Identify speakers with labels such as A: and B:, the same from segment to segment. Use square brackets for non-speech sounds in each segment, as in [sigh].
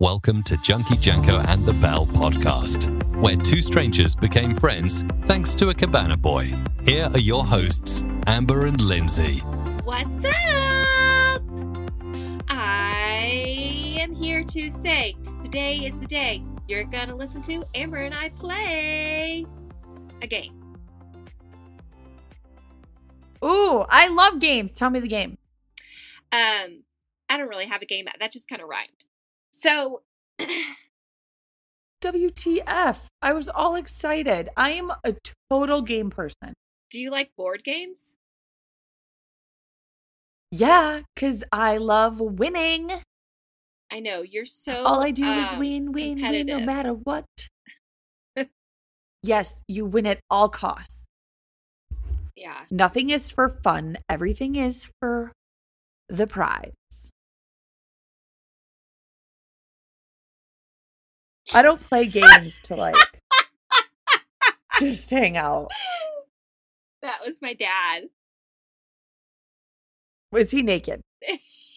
A: Welcome to Junkie Junko and the Bell podcast, where two strangers became friends thanks to a cabana boy. Here are your hosts, Amber and Lindsay.
B: What's up? I am here to say today is the day you're gonna listen to Amber and I play a game.
C: Ooh, I love games. Tell me the game.
B: Um, I don't really have a game that just kind of rhymed. So,
C: WTF. I was all excited. I am a total game person.
B: do you like board games?
C: Yeah, because I love winning.
B: I know you're so.
C: All I do is
B: um,
C: win, win, win, no
B: competitive. [laughs]
C: matter what. yes, you win at all costs.
B: Yeah,
C: Nothing is for fun, everything is for the prize. I don't play games
B: [laughs]
C: to like just hang out.
B: that was my dad. [laughs]
C: Was he naked?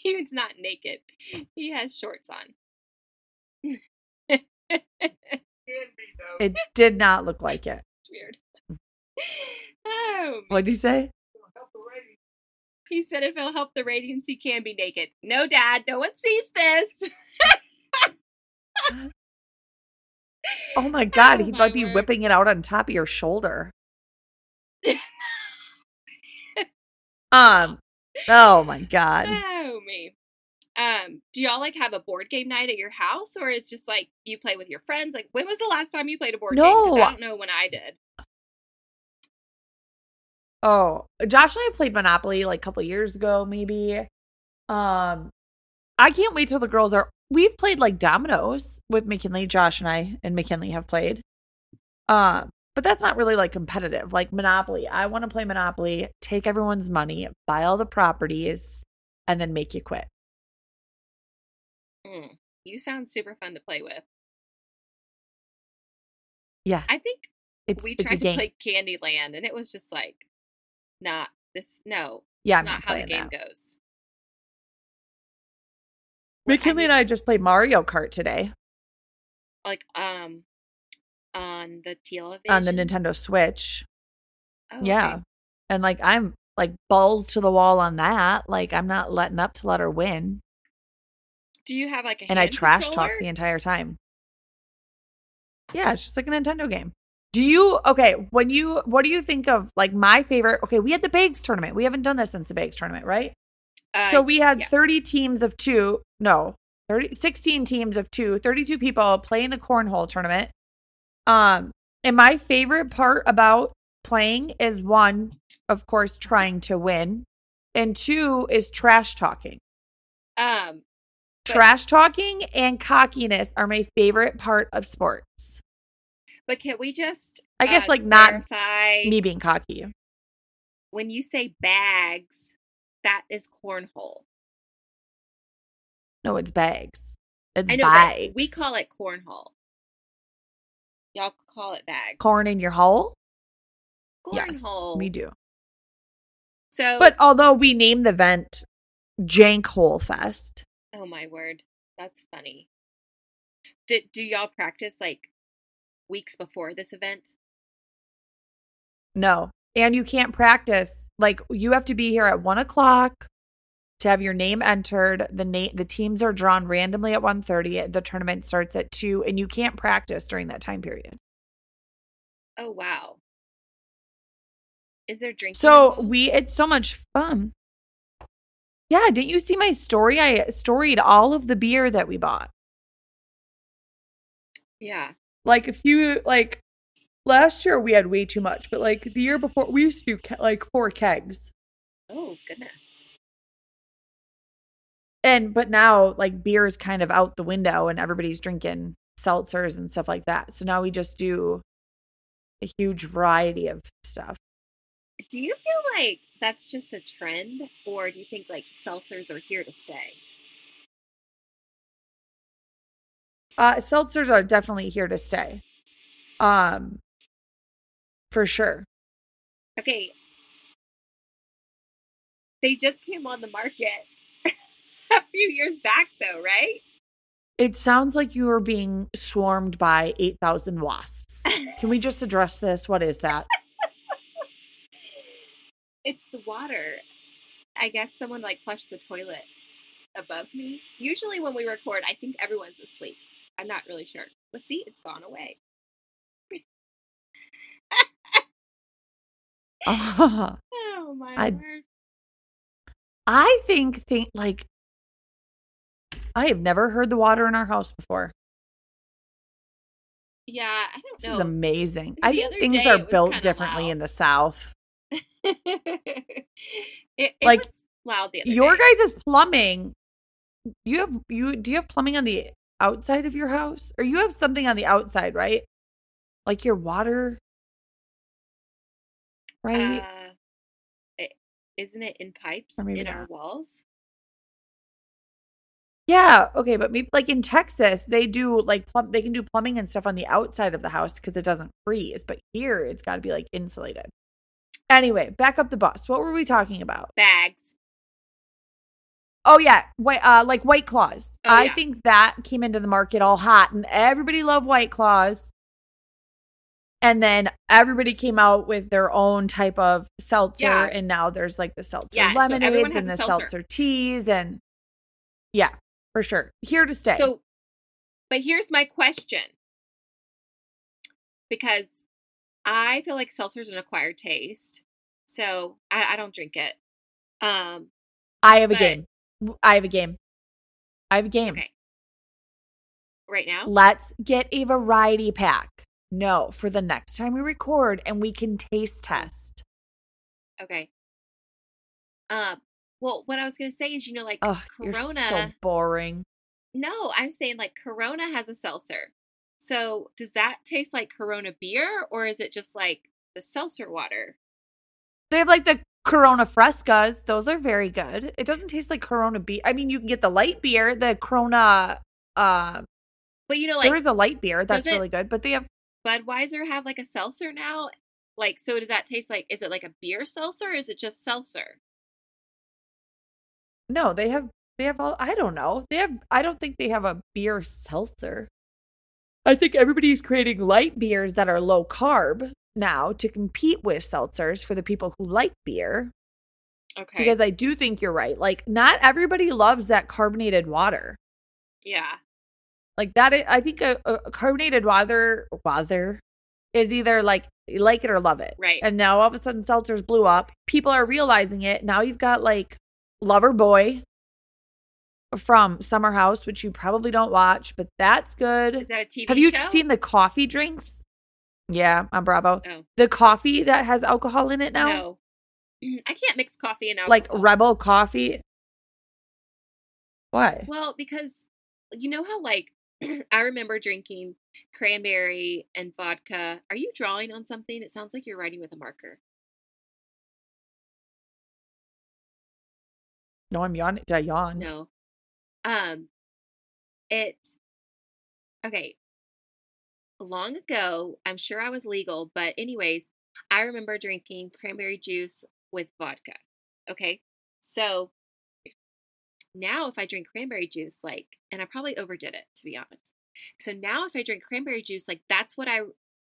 B: He's not naked. He has shorts on.
C: It did not look like it.
B: It's weird. oh,
C: Mm. What did he say?
B: He said if it'll help the ratings, he can be naked. No, Dad, no one sees this. [laughs]
C: Oh my god,
B: Oh
C: he'd
B: my
C: like be
B: word.
C: whipping it out on top of your shoulder. um. Oh
B: [laughs]
C: my god.
B: Oh me. Um, do y'all like have a board game night at your house, or is just like you play with your friends? Like, when was the last time you played a board game? 'Cause
C: No.
B: I don't know when I did.
C: Oh, Josh and I played Monopoly like a couple years ago, maybe. Um, I can't wait till the girls are. We've played like dominoes with McKinley. Josh and I and McKinley have played. Um, but that's not really like competitive. Like Monopoly, I want to play Monopoly. Take everyone's money, buy all the properties, and then make you quit.
B: Mm, you sound super fun to play with.
C: Yeah.
B: I think
C: It's
B: we
C: it's
B: tried
C: a
B: to
C: game.
B: play Candyland, and it was just like, not this. No,
C: yeah, I'm
B: it's not
C: not
B: how the
C: playing
B: game
C: that.
B: goes.
C: McKinley and I just played Mario Kart today
B: Like, um, on the television
C: on the Nintendo Switch.
B: Oh,
C: yeah.
B: okay.
C: And like I'm like balls to the wall on that. Like I'm not letting up to let her win.
B: Do you have like a
C: And I
B: hand
C: trash talk
B: controller?
C: the entire time. Yeah, it's just like a Nintendo game. Do you okay, when you what do you think of like my favorite okay, we had the Bags tournament. We haven't done this since the Bags tournament, right?
B: Uh,
C: so we had
B: yeah.
C: 30 teams of two no 30, 16 teams of two 32 people playing a cornhole tournament um and my favorite part about playing is one of course trying to win and two is trash talking
B: um But-
C: trash talking and cockiness are my favorite part of sports
B: But can we just? uh,
C: I guess, like, not
B: clarify
C: me being cocky
B: when you say bags, that is cornhole.
C: no it's bags it's
B: I know
C: bags
B: that we call it cornhole. Y'all call it bags.
C: corn in your hole yes
B: cornhole.
C: we do
B: So,
C: But although we named the event Jank Hole Fest,
B: oh my word, that's funny. Did do y'all practice like weeks before this event?
C: no. And you can't practice. Like you have to be here at one o'clock to have your name entered. The na- the teams are drawn randomly at 1.30. The tournament starts at two, and you can't practice during that time period.
B: Oh wow. Is there drinking?
C: So
B: involved?
C: we it's so much fun. Yeah, didn't you see my story? I storied all of the beer that we bought.
B: yeah.
C: like a few like last year we had way too much but like the year before we used to do ke- like four kegs
B: Oh goodness.
C: and but now like beer is kind of out the window and everybody's drinking seltzers and stuff like that so now we just do a huge variety of stuff
B: Do you feel like that's just a trend, or do you think like seltzers are here to stay?
C: uh seltzers are definitely here to stay um for sure
B: Okay, [laughs] they just came on the market a few years back, though, right?
C: It sounds like you are being swarmed by 8,000 wasps. Can we just address this? What is that? [laughs]
B: It's the water. I guess someone like flushed the toilet above me. Usually when we record, I think everyone's asleep. I'm not really sure. Let's see, it's gone away.
C: Ah,
B: Oh my
C: I-
B: word.
C: I think, think like, I have never heard the water in our house before.
B: Yeah, I don't
C: This
B: know.
C: is amazing.
B: The
C: I
B: other
C: think things
B: day
C: are
B: it was
C: built
B: kinda
C: differently
B: loud.
C: in the South.
B: [laughs] it, it
C: Like,
B: was loud the other
C: Your
B: day.
C: guys' plumbing. You have you do you have plumbing on the outside of your house? Or you have something on the outside, right? Like your water. Right?
B: Uh, it, isn't it in pipes
C: Or maybe
B: in our walls?
C: yeah. Okay, but maybe like in Texas, they do like plum they can do plumbing and stuff on the outside of the house because it doesn't freeze. But here it's gotta be like insulated. Anyway, back up the bus. What were we talking about?
B: Bags.
C: Oh yeah, white uh, like White Claws.
B: Oh,
C: I
B: yeah.
C: think that came into the market all hot, and everybody loved White Claws. And then everybody came out with their own type of seltzer,
B: Yeah.
C: and now there's like the seltzer
B: Yeah, so everyone
C: lemonades
B: has
C: and
B: a
C: the
B: seltzer.
C: seltzer. teas, and yeah, for sure, here to stay.
B: So, but here's my question. Because I feel like seltzer's an acquired taste. So I, I don't drink it. Um,
C: I have a
B: but-
C: game. I have a game. I have a game.
B: Okay. right now.
C: Let's get a variety pack. No, for the next time we record, and we can taste test.
B: Okay. Um, well, what I was going to say is, you know, like
C: Oh, you're
B: Corona.
C: so boring.
B: No, I'm saying like Corona has a seltzer. So does that taste like Corona beer or is it just like the seltzer water?
C: They have like the Corona Frescas. Those are very good. It doesn't taste like Corona beer. I mean, you can get the light beer, the Corona. Uh,
B: But you know,
C: there
B: like
C: is a light beer that's
B: does it-
C: really good, but they have
B: Budweiser have like a seltzer now. Like, so does that taste like, is it like a beer seltzer or is it just seltzer?
C: no. They have they have all. I don't know. They have. I don't think they have a beer seltzer. I think everybody's creating light beers that are low carb now to compete with seltzers for the people who like beer.
B: Okay.
C: Because I do think you're right. Like, not everybody loves that carbonated water.
B: yeah.
C: like that i I think a, a carbonated water water is either like you like it or love it
B: Right.
C: and now all of a sudden seltzers blew up people are realizing it now you've got like lover boy from summer house which you probably don't watch but that's
B: Is
C: good
B: that a TV
C: have you
B: show?
C: seen the coffee drinks yeah on bravo
B: Oh.
C: the coffee that has alcohol in it now
B: No. Mm, I can't mix coffee and alcohol.
C: like rebel coffee what
B: Well, because you know how like [clears throat] I remember drinking cranberry and vodka. Are you drawing on something? It sounds like you're writing with a marker.
C: no i'm yawning did i yawn
B: Oh, No. Um it okay. Long ago, I'm sure I was legal, but anyways, I remember drinking cranberry juice with vodka. Okay? So now if I drink cranberry juice like and I probably overdid it to be honest. So now if I drink cranberry juice like that's what I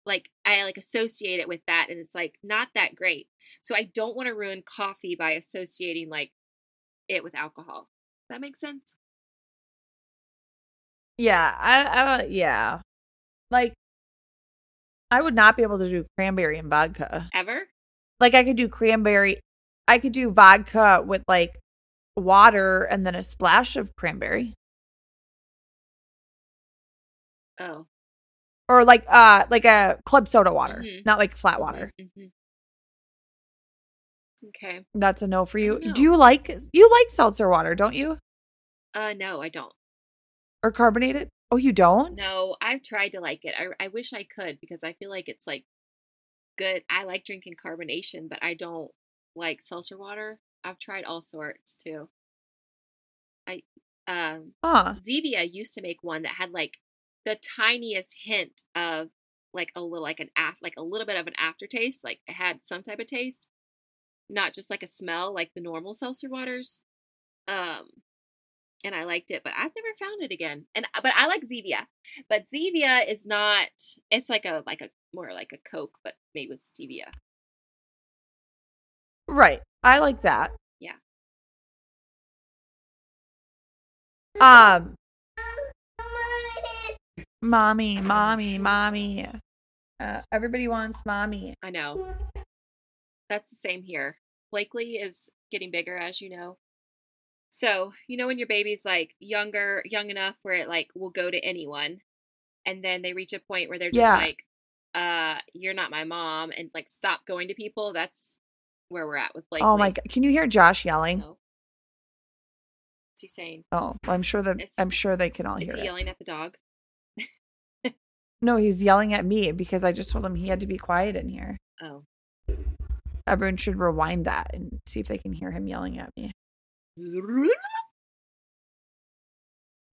B: like I like associate it with that and it's like not that great. So I don't want to ruin coffee by associating like it with alcohol. That makes sense.
C: Yeah, I, I don't- yeah, like I would not be able to do cranberry and vodka.
B: Ever?
C: Like I could do cranberry, I could do vodka with like water and then a splash of cranberry,
B: Oh,
C: or like uh like a club soda water,
B: Mhm.
C: not like flat water.
B: mhm, mhm. Okay.
C: That's a no for you.
B: don't know.
C: Do you like you like seltzer water, don't you?
B: Uh, no, I don't.
C: Or carbonated? Oh, you don't?
B: No, I've tried to like it. I I wish I could because I feel like it's like good. I like drinking carbonation, but I don't like seltzer water. I've tried all sorts too. I um
C: Huh.
B: Zevia used to make one that had like the tiniest hint of like a little like an af like a little bit of an aftertaste, like it had some type of taste, not just like a smell like the normal seltzer waters. Um and I liked it, but I've never found it again. And uh, but I like Zevia, but Zevia is not. It's like a like a more like a Coke, but made with stevia.
C: Right. I like that.
B: Yeah.
C: Um Mommy, mommy, mommy. Uh, everybody wants mommy.
B: I know that's the same here. Blakely is getting bigger, as you know. So you know when your baby's like younger, young enough where it like will go to anyone, and then they reach a point where they're just
C: Yeah.
B: like, "Uh, you're not my mom," and like stop going to people. That's where we're at with Blakely.
C: Oh my god. Can you hear Josh yelling?
B: So- What's he saying?
C: Oh, I'm sure that
B: Is-
C: I'm sure they can all
B: Is
C: hear
B: he
C: it.
B: yelling at the dog?
C: No, he's yelling at me because I just told him he had to be quiet in here.
B: Oh,
C: Everyone should rewind that and see if they can hear him yelling at me.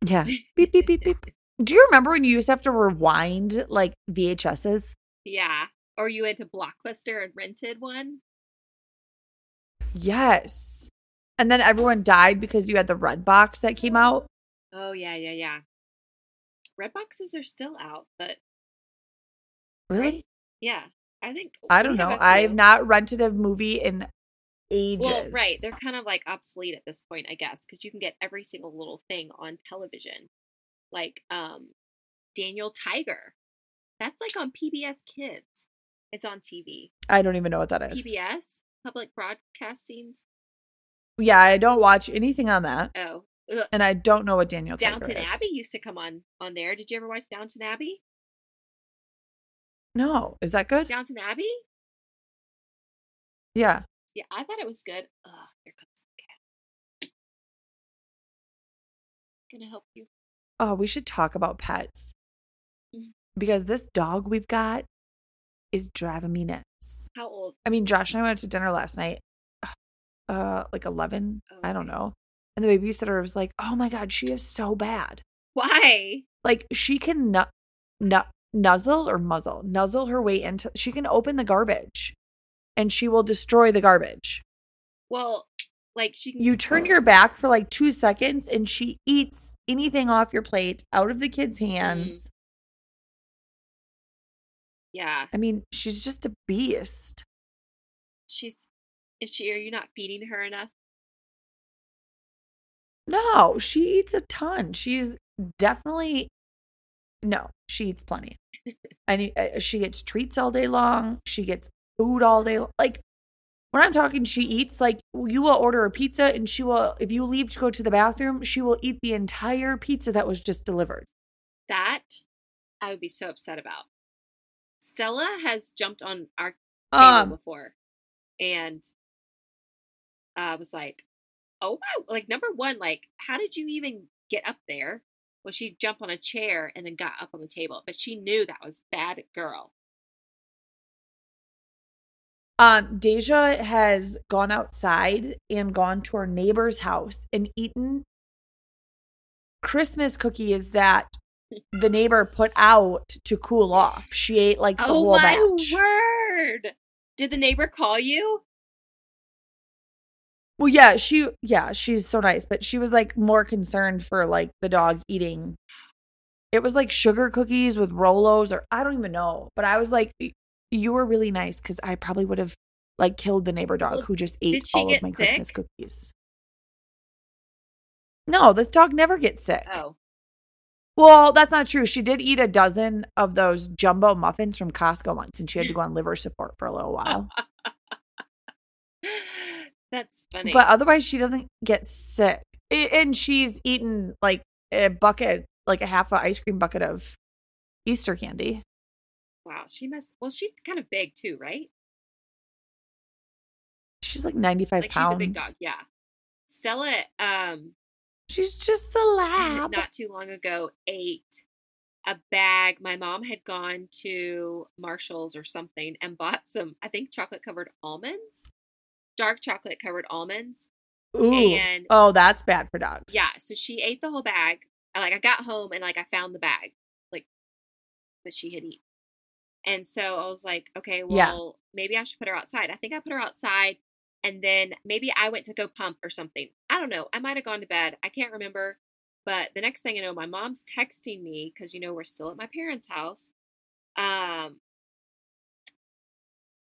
C: Yeah. beep
B: [laughs]
C: beep beep beep. Do you remember when you used to have to rewind like VHSs?
B: yeah. Or you went to Blockbuster and rented one?
C: Yes. And then everyone died because you had the red box that came out.
B: Oh yeah, yeah, yeah. Red boxes are still out, but
C: Really?
B: yeah, I think
C: I
B: we
C: don't know.
B: have a
C: I've
B: few.
C: not rented a movie in ages.
B: Well, right. They're kind of like obsolete at this point, I guess, because you can get every single little thing on television. Like um Daniel Tiger. That's like on PBS Kids. It's on TV.
C: I don't even know what that is.
B: PBS? Public Broadcasting.
C: Yeah, I don't watch anything on that.
B: Oh. Ugh.
C: And I don't know what Daniel Tiger
B: Downton
C: is.
B: Abbey used to come on on there. Did you ever watch Downton Abbey?
C: No. Is that good?
B: Downton Abbey?
C: Yeah.
B: Yeah, I thought it was good. Ugh, here comes the cat. Gonna help you.
C: Oh, we should talk about pets.
B: Mhm.
C: Because this dog we've got is driving me nuts.
B: How old?
C: I mean, Josh and I went to dinner last night, [sighs] uh, like 11,
B: Oh,
C: I don't
B: okay.
C: know. And the babysitter was like, oh my God, she is so bad.
B: Why?
C: Like, she can nu- nu- nuzzle or muzzle, nuzzle her way into, she can open the garbage and she will destroy the garbage.
B: Well, like she can
C: You turn your back for like two seconds and she eats anything off your plate out of the kid's hands.
B: Yeah.
C: I mean, she's just a beast.
B: She's is she are you not feeding her enough?
C: No, she eats a ton. She's definitely no, she eats plenty. I need, uh, she gets treats all day long. She gets food all day. lo- Like when I'm talking, she eats like you will order a pizza and she will. If you leave to go to the bathroom, she will eat the entire pizza that was just delivered.
B: That I would be so upset about. Stella has jumped on our table
C: Um,
B: before and uh was like, Oh my like number one, like, how did you even get up there? Well, she jumped on a chair and then got up on the table, but she knew that was bad girl.
C: um, Deja has gone outside and gone to our neighbor's house and eaten Christmas cookies that the neighbor put out to cool off. She ate like the
B: oh
C: whole
B: my
C: batch.
B: word. Did the neighbor call you?
C: Well, yeah, she yeah, she's so nice, but she was like more concerned for like the dog eating. It was like sugar cookies with Rolos or I don't even know, but I was like, "Y- you were really nice because I probably would have like killed the neighbor dog
B: Well,
C: who just ate
B: did she
C: all of
B: get
C: my
B: sick?
C: Christmas cookies. No, this dog never gets sick.
B: Oh.
C: Well, that's not true. She did eat a dozen of those jumbo muffins from Costco once, and she had to go on liver support for a little while.
B: [gasps] That's funny.
C: But uh otherwise, she doesn't get sick. A- And she's eaten like a bucket, like a half a ice cream bucket of Easter candy.
B: wow, she must. Well, she's kind of big too, right?
C: She's like 95
B: Like
C: pounds.
B: she's a big dog. Yeah. Stella, um,
C: She's just a lab.
B: not too long ago, ate a bag. My mom had gone to Marshalls or something and bought some, I think, chocolate covered almonds, dark chocolate covered almonds.
C: Ooh.
B: and-
C: oh, that's bad for dogs.
B: Yeah. So she ate the whole bag. I- Like I got home and like I found the bag, like that she had eaten. And so I was like, okay,
C: Yeah.
B: well, maybe I should put her outside. I think I put her outside, and then maybe I went to go pump or something. I I don't know. I might have gone to bed. I can't remember. But the next thing I know, my mom's texting me because you know we're still at my parents' house. Um,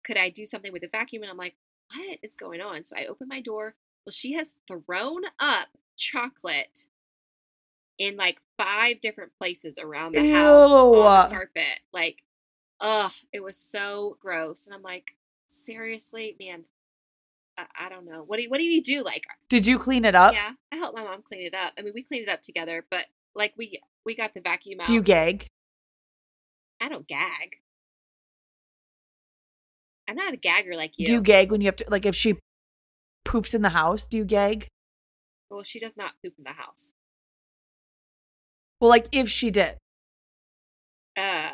B: could I do something with the vacuum? And I'm like, what is going on? So I open my door. Well, she has thrown up chocolate in like five different places around the house on the
C: Ew.
B: carpet. Like, ugh, it was so gross. And I'm like, seriously, man, I, I don't know. What do you, what do you do? Like,
C: Did you clean it up?
B: yeah, I helped my mom clean it up. I mean, we cleaned it up together, but like we we got the vacuum out.
C: Do you gag?
B: I don't gag. I'm not a gagger like you.
C: Do you gag when you have to like if she poops in the house, do you gag?
B: well, she does not poop in the house.
C: Well, like if she did
B: Uh, you know,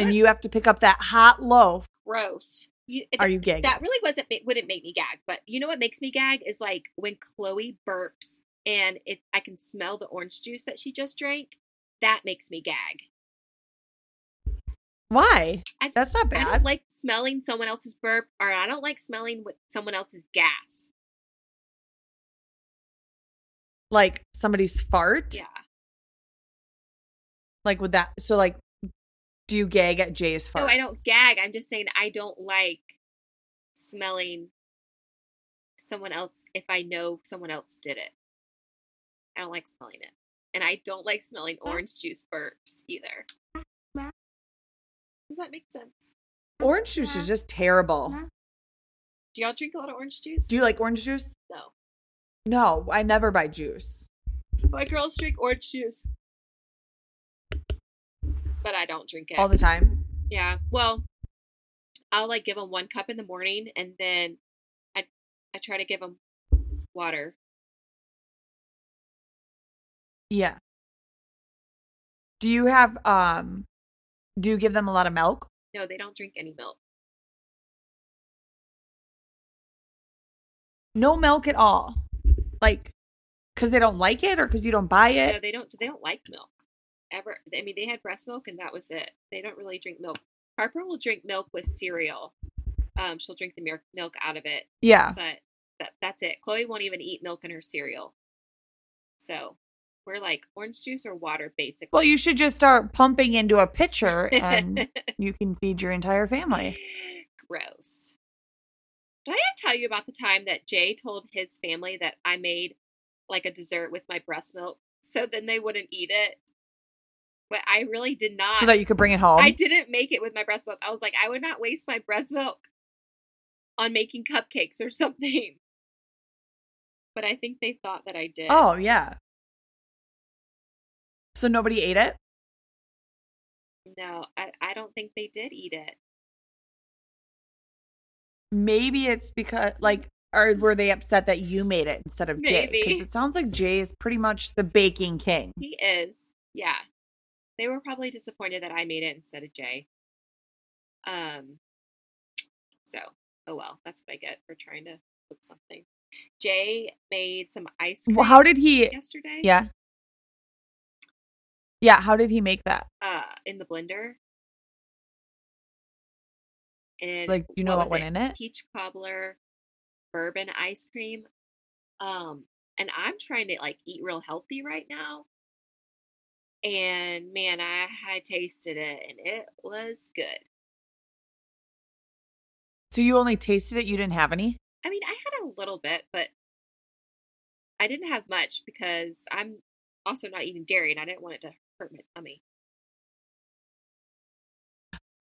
C: and
B: that's
C: you have to pick up that hot loaf,
B: gross. You, it-
C: are you gagging?
B: that really wasn't ma- wouldn't make me gag, but you know what makes me gag is like when Chloe burps and it I can smell the orange juice that she just drank. That makes me gag.
C: Why?
B: I-
C: That's not
B: I don't
C: bad.
B: like smelling someone else's burp, or I don't like smelling what someone else's gas.
C: Like somebody's fart.
B: Yeah.
C: Like with that so like do you gag at Jay's fart?
B: No, Oh, I don't gag. I'm just saying I don't like smelling someone else if I know someone else did it. I don't like smelling it. And I don't like smelling orange juice burps either. Does that make sense?
C: Orange juice is just terrible.
B: Do y'all drink a lot of orange juice?
C: Do you like orange juice?
B: no.
C: No, I never buy juice.
B: My girls drink orange juice. But I don't drink it.
C: All the time.
B: Yeah. Well, I'll like give them one cup in the morning, and then I I try to give them water.
C: Yeah. Do you have um do you give them a lot of milk?
B: No, they don't drink any milk.
C: No milk at all. Like cuz they don't like it or cuz you don't buy
B: No,
C: it?
B: they don't. They don't like milk ever. I mean, they had breast milk, and that was it. They don't really drink milk. Harper will drink milk with cereal. Um, she'll drink the mir- milk out of it,
C: Yeah.
B: but that that's it. Chloe won't even eat milk in her cereal. So we're like orange juice or water, basically.
C: Well, you should just start pumping into a pitcher
B: [laughs]
C: and you can feed your entire family.
B: Eh, Gross. Did I tell you about the time that Jay told his family that I made like a dessert with my breast milk so then they wouldn't eat it? But I really did not.
C: So that you could bring it home.
B: I didn't make it with my breast milk. I was like, I would not waste my breast milk on making cupcakes or something. But I think they thought that I did. [laughs]
C: Oh, yeah. So nobody ate it?
B: No, I, I don't think they did eat it.
C: Maybe it's because like or were they upset that you made it instead of Jay?
B: Maybe.
C: Because it sounds like Jay is pretty much the baking king.
B: He is. Yeah. They were probably disappointed that I made it instead of Jay. Um so, oh well, that's what I get for trying to cook something. Jay made some ice cream
C: Well, how did he
B: yesterday
C: Yeah. Yeah, how did he make that?
B: uh in the blender. And
C: Like, do you know what
B: was
C: went in it?
B: Peach cobbler, bourbon ice cream. Um and I'm trying to like eat real healthy right now. and man, I had tasted it and it was good.
C: So you only tasted it, you didn't have any?
B: I mean, I had a little bit, but I didn't have much because I'm also not eating dairy and I didn't want it to hurt my tummy.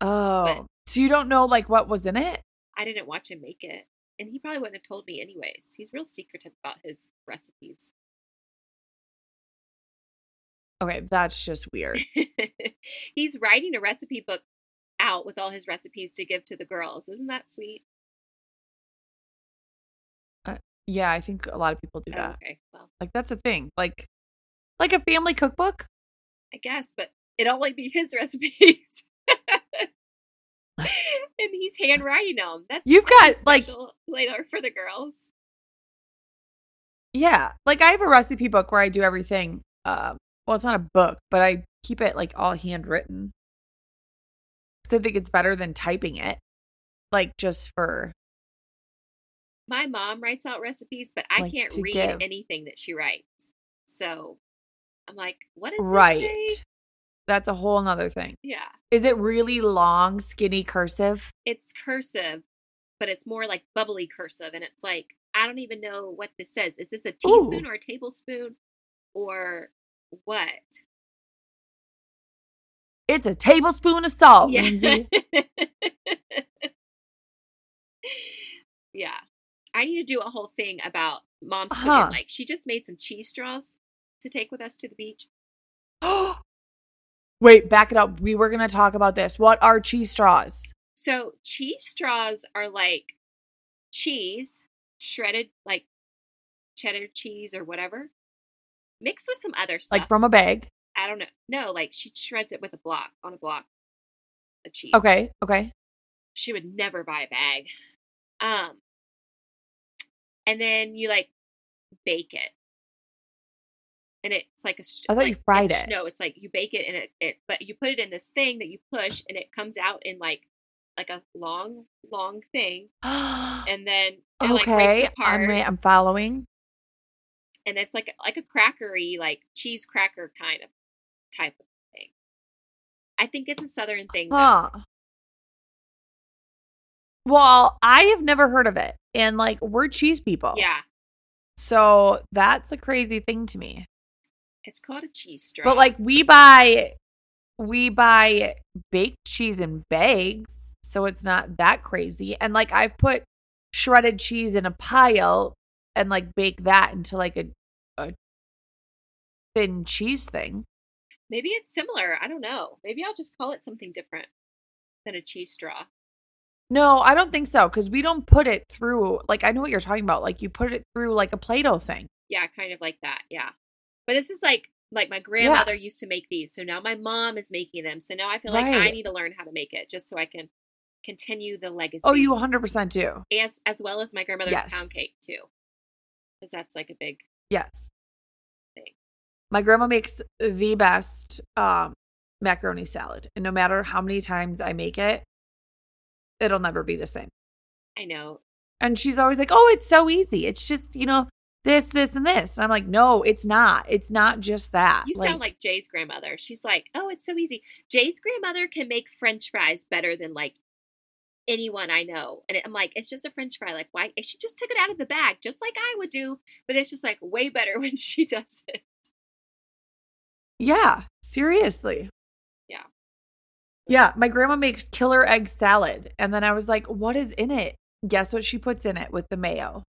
C: Oh. so you don't know like what was in it?
B: I didn't watch him make it, and he probably wouldn't have told me anyways. He's real secretive about his recipes.
C: Okay, that's just
B: [laughs]
C: weird.
B: He's writing a recipe book out with all his recipes to give to the girls. Isn't that sweet?
C: Yeah, I think a lot of people do
B: Oh,
C: that.
B: okay. Well,
C: Like that's a thing. Like like a family cookbook?
B: I guess, but it'll only be his [laughs] recipes. and he's handwriting them. That's
C: You've got like
B: special later for the girls.
C: yeah, like I have a recipe book where I do everything. Um, well, it's not a book, but I keep it like all handwritten. So I think it's better than typing it, like just for
B: my mom writes out recipes, but I
C: Like,
B: can't
C: to
B: read
C: give.
B: anything that she writes. So I'm like, what is this
C: Right.
B: say?
C: That's a whole nother thing.
B: Yeah,
C: Is it really long, skinny cursive?
B: it's cursive, but it's more like bubbly cursive, and it's like I don't even know what this says. Is this a
C: Ooh.
B: teaspoon or a tablespoon or what?
C: It's a tablespoon of salt,
B: yeah. [laughs]
C: Lindsay. [gasps]
B: yeah. I need to do a whole thing about mom's cooking.
C: Huh.
B: Like she just made some cheese straws to take with us to the beach.
C: Wait, back it up. We were going to talk about this. What are cheese straws?
B: So cheese straws are like cheese, shredded like cheddar cheese or whatever, mixed with some other stuff.
C: Like from a bag.
B: I don't know. No, like she shreds it with a block on a block of cheese.
C: Okay. Okay.
B: She would never buy a bag. Um, and then you like bake it, and it's like a. s-
C: I thought you
B: like,
C: fried
B: it's-
C: it.
B: No, it's like you bake it, and it, it but you put it in this thing that you push, and it comes out in like like a long long thing, and then it like breaks
C: okay.
B: apart,
C: I'm, re- I'm following.
B: and it's like like a crackery like cheese cracker kind of type of thing. I think it's a southern thing. though.
C: Huh. Well, I have never heard of it. And like, we're cheese people.
B: Yeah,
C: So that's a crazy thing to me.
B: it's called a cheese straw.
C: But like we buy we buy baked cheese in bags, so it's not that crazy. And like I've put shredded cheese in a pile and like bake that into like a a thin cheese thing.
B: Maybe it's similar. I don't know. Maybe I'll just call it something different than a cheese straw.
C: No, I don't think so cuz we don't put it through like I know what you're talking about. Like you put it through like a Play-Doh thing.
B: Yeah, kind of like that. Yeah. But this is like like my grandmother used to make these. So now my mom is making them. So now I feel like I
C: Right.
B: need to learn how to make it just so I can continue the legacy.
C: Oh, you 100% do.
B: as as well as my grandmother's
C: Yes.
B: pound cake too. Cuz that's like a big
C: Yes.
B: Thanks.
C: My grandma makes the best um, macaroni salad. And no matter how many times I make it, it'll never be the same.
B: I know.
C: And she's always like, oh, it's so easy. It's just, you know, this, this, and this. And I'm like, no, it's not. It's not just that.
B: You sound like Jay's grandmother. She's like, "Oh, it's so easy." Jay's grandmother can make french fries better than like anyone I know. And I'm like, "It's just a french fry. Like, why? She just took it out of the bag, just like I would do, but it's just like way better [laughs] when she does it."
C: yeah, seriously.
B: Yeah.
C: Yeah. My grandma makes killer egg salad. And then I was like, what is in it? Guess what she puts in it with the mayo?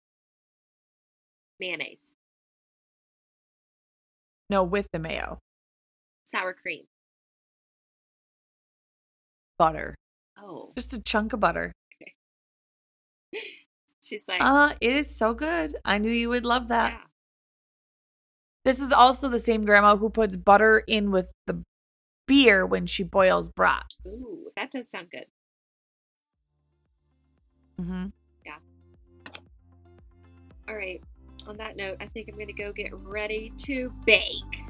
B: Mayonnaise,
C: No, with the mayo,
B: sour cream.
C: butter.
B: Oh.
C: Just a chunk of butter.
B: She's like,
C: Uh, it is so good. I knew you would love that.
B: Oh, "Yeah.
C: This is also the same grandma who puts butter in with the beer when she boils brats.
B: Ooh, that does sound good."
C: hmm
B: All right. On that note, I think I'm going to go get ready to bake.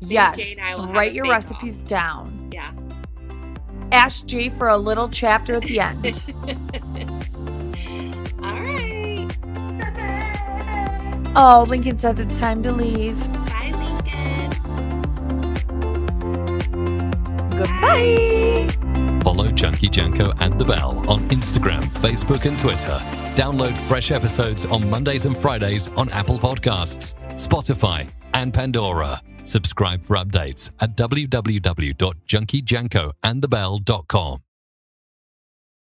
C: Yes.
B: Jay and I will have
C: Write
B: a
C: your
B: bake-off.
C: recipes down.
B: Yeah.
C: Ask Jay for a little chapter at the end.
B: [laughs] All right.
C: oh, Lincoln says it's time to leave.
B: Bye, Lincoln.
C: Goodbye.
A: Follow Junkie Janko and The Bell on Instagram, Facebook, and Twitter. Download fresh episodes on Mondays and Fridays on Apple Podcasts, Spotify, and Pandora. Subscribe for updates at www.junkiejankoandthebell.com.